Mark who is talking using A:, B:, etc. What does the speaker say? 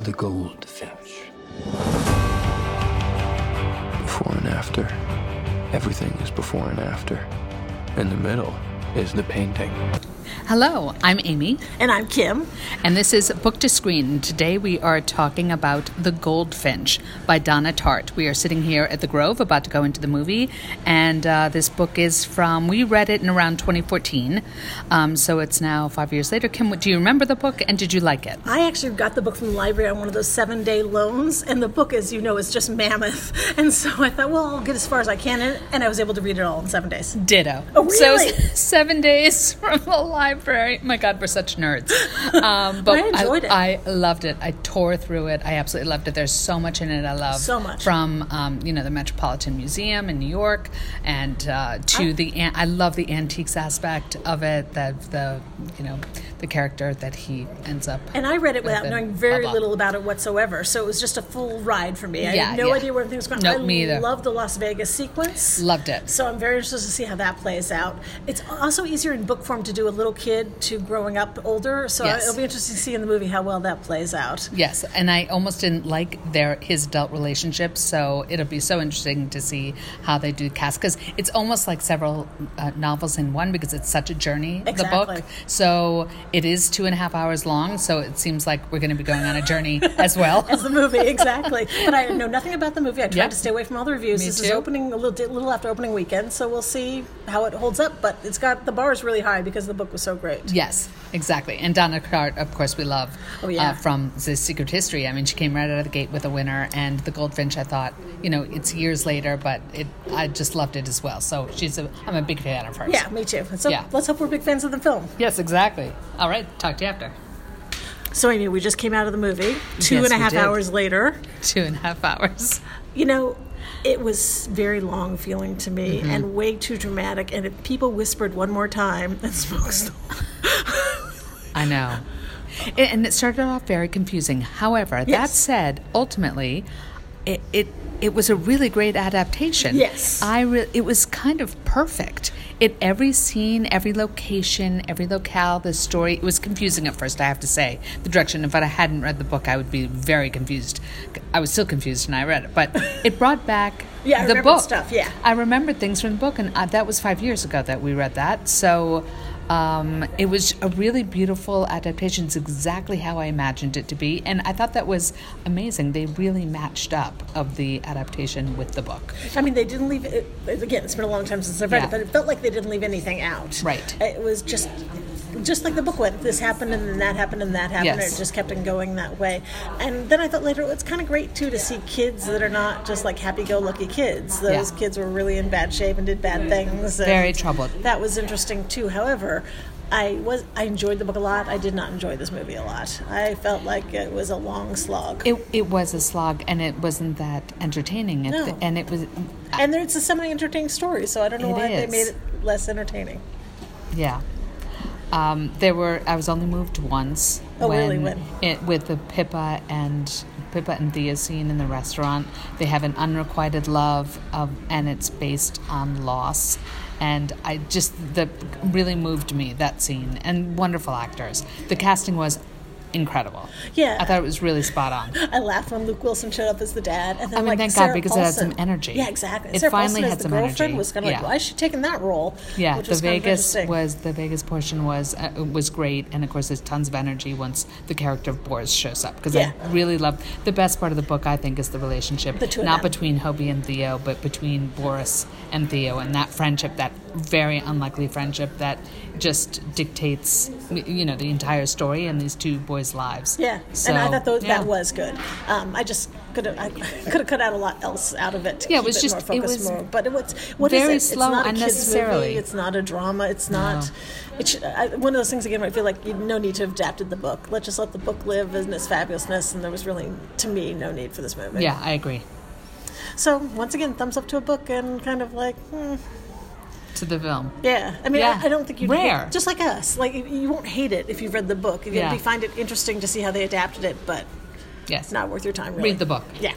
A: the goldfinch. Before and after. Everything is before and after. In the middle is the painting.
B: Hello, I'm Amy,
C: And I'm Kim.
B: and this is Book to Screen. Today we are talking about The Goldfinch by Donna Tartt. We are sitting here at the Grove, about to go into the movie, and uh, this book is from, we read it in around 2014, um, so it's now five years later. Kim, what- do you remember the book and did you like it?
C: I actually got the book from the library on one of those seven day loans, and the book, as you know, is just mammoth. And so I thought, well, I'll get as far as I can, in it, and I was able to read it all in seven days.
B: Ditto.
C: Oh,
B: So
C: really?
B: seven days from the library. My God, we're such nerds. Um, but
C: I enjoyed it.
B: I loved it. I tore through it. I absolutely loved it. There's so much in it. I love
C: So much.
B: from um, you know the Metropolitan Museum in New York, and uh, to
C: Ah.
B: the an- I love the antiques aspect of it. The the you know the character that he ends up.
C: And I read it
B: with
C: without
B: and
C: knowing very
B: blah, blah.
C: little about it whatsoever, so it was just a full ride for me. I
B: Yeah,
C: had no
B: yeah.
C: idea where everything was going.
B: Nope,
C: I
B: me either.
C: love the Las Vegas sequence.
B: Loved it.
C: So I'm very interested to see how that plays out. It's also easier in book form to do a little kid to growing up older, so
B: Yes.
C: it'll be interesting to see in the movie how well that plays out.
B: Yes, and I almost didn't like their his adult relationship, so it'll be so interesting to see how they do cast because it's almost like several uh, novels in one because it's such a journey. The
C: Exactly.
B: book, so it is two and a half hours long, so it seems like we're going to be going on a journey as well.
C: the movie exactly. But I know nothing about the movie. I tried
B: Yep.
C: to stay away from all the reviews.
B: Me
C: this is
B: too.
C: opening a little, little after opening weekend, so we'll see how it holds up. But it's got the bar is really high because the book was so great.
B: Yes, exactly. And Donna Cart, of course, we love
C: Oh, yeah.
B: uh, from the Secret History. I mean, she came right out of the gate with a winner, and the Goldfinch. I thought, you know, it's years later, but it, I just loved it as well. So she's a, I'm a big fan of hers.
C: Yeah, me too. So
B: Yeah.
C: let's hope we're big fans of the film.
B: Yes, exactly. All right, talk to you after.
C: So Amy, we just came out of the movie two
B: Yes,
C: and a
B: we
C: half
B: did.
C: hours later.
B: Two and a half hours.
C: You know, it was very long feeling to me
B: Mm-hmm.
C: and way too dramatic. And if people whispered one more time, that spoke
B: I know. And- And it started off very confusing. However, that
C: Yes.
B: said, ultimately, it, it it was a really great adaptation.
C: Yes.
B: I re- it was kind of perfect. It every scene, every location, every locale, the story. It was confusing at first, I have to say, the direction. If I hadn't read the book, I would be very confused. I was still confused, and I read it, but it brought back
C: Yeah, I
B: the
C: remembered
B: book
C: stuff, yeah.
B: I remembered things from the book, and uh, that was five years ago that we read that. So um, it was a really beautiful adaptation. It's exactly how I imagined it to be, and I thought that was amazing. They really matched up of the adaptation with the book.
C: I mean, they didn't leave. It, again, it's been a long time since I've read
B: Yeah.
C: it, but it felt like they didn't leave anything out.
B: Right.
C: It was just, just like the book went. This happened, and then that happened, and that happened.
B: Yes.
C: And it just kept on going that way. And then I thought later, it's kind of great too to see kids that are not just like happy-go-lucky kids. Those
B: Yeah.
C: kids were really in bad shape and did bad things. and
B: Very troubled.
C: That was interesting too. However. I was I enjoyed the book a lot. I did not enjoy this movie a lot. I felt like it was a long slog.
B: It, it was a slog, and it wasn't that entertaining. It,
C: No.
B: And it was,
C: and there, it's a semi-entertaining story, so I don't know
B: It
C: why they
B: is.
C: made it less entertaining.
B: yeah. Um, there were. I was only moved once.
C: Oh, really? When?
B: It, with the Pippa and Pippa and Thea scene in the restaurant, they have an unrequited love of, and it's based on loss. And I just that really moved me that scene. And wonderful actors. The casting was incredible.
C: Yeah.
B: I thought it was really spot on.
C: I laughed when Luke Wilson showed up as the dad. And then,
B: I mean,
C: like,
B: thank God,
C: Sarah
B: because it
C: Paulson.
B: had some energy.
C: Yeah, exactly.
B: It
C: Sarah
B: finally
C: Paulson as
B: had
C: the
B: some
C: girlfriend
B: energy.
C: was kind of
B: Yeah.
C: like, why is she taking that role?
B: Yeah,
C: Which
B: the
C: was kind of
B: Vegas
C: interesting.
B: was the Vegas portion was uh, was great, and of course, there's tons of energy once the character of Boris shows up because
C: Yeah.
B: I really love the best part of the book. I think is the relationship,
C: The two of
B: not
C: them.
B: between Hobie and Theo, but between Boris and Theo, and that friendship, that very unlikely friendship that just dictates you know the entire story and these two boys' lives.
C: Yeah,
B: so,
C: and I thought tho-
B: yeah.
C: that was good. Um, I just could have I could have cut out a lot else out of it. To
B: Yeah, it
C: keep
B: was
C: it
B: just-
C: more
B: it
C: focused
B: was
C: more. But it was what is
B: very
C: it?
B: slow
C: it's not a kids
B: unnecessarily.
C: movie. It's not a drama. It's not. It should, I, one of those things again. Where I feel like you no need to have adapted the book. Let's just let the book live in its fabulousness. And there was really, to me, no need for this movie.
B: Yeah, I agree.
C: So once again, thumbs up to a book and kind of like. Hmm,
B: To the film.
C: Yeah, I mean,
B: Yeah.
C: I, I don't think you
B: Rare.
C: just like us. Like you- you won't hate it if you've read the book. You'll
B: Yeah.
C: be- find it interesting to see how they adapted it, but
B: Yes.
C: not worth your time. Really.
B: Read the book.
C: Yeah.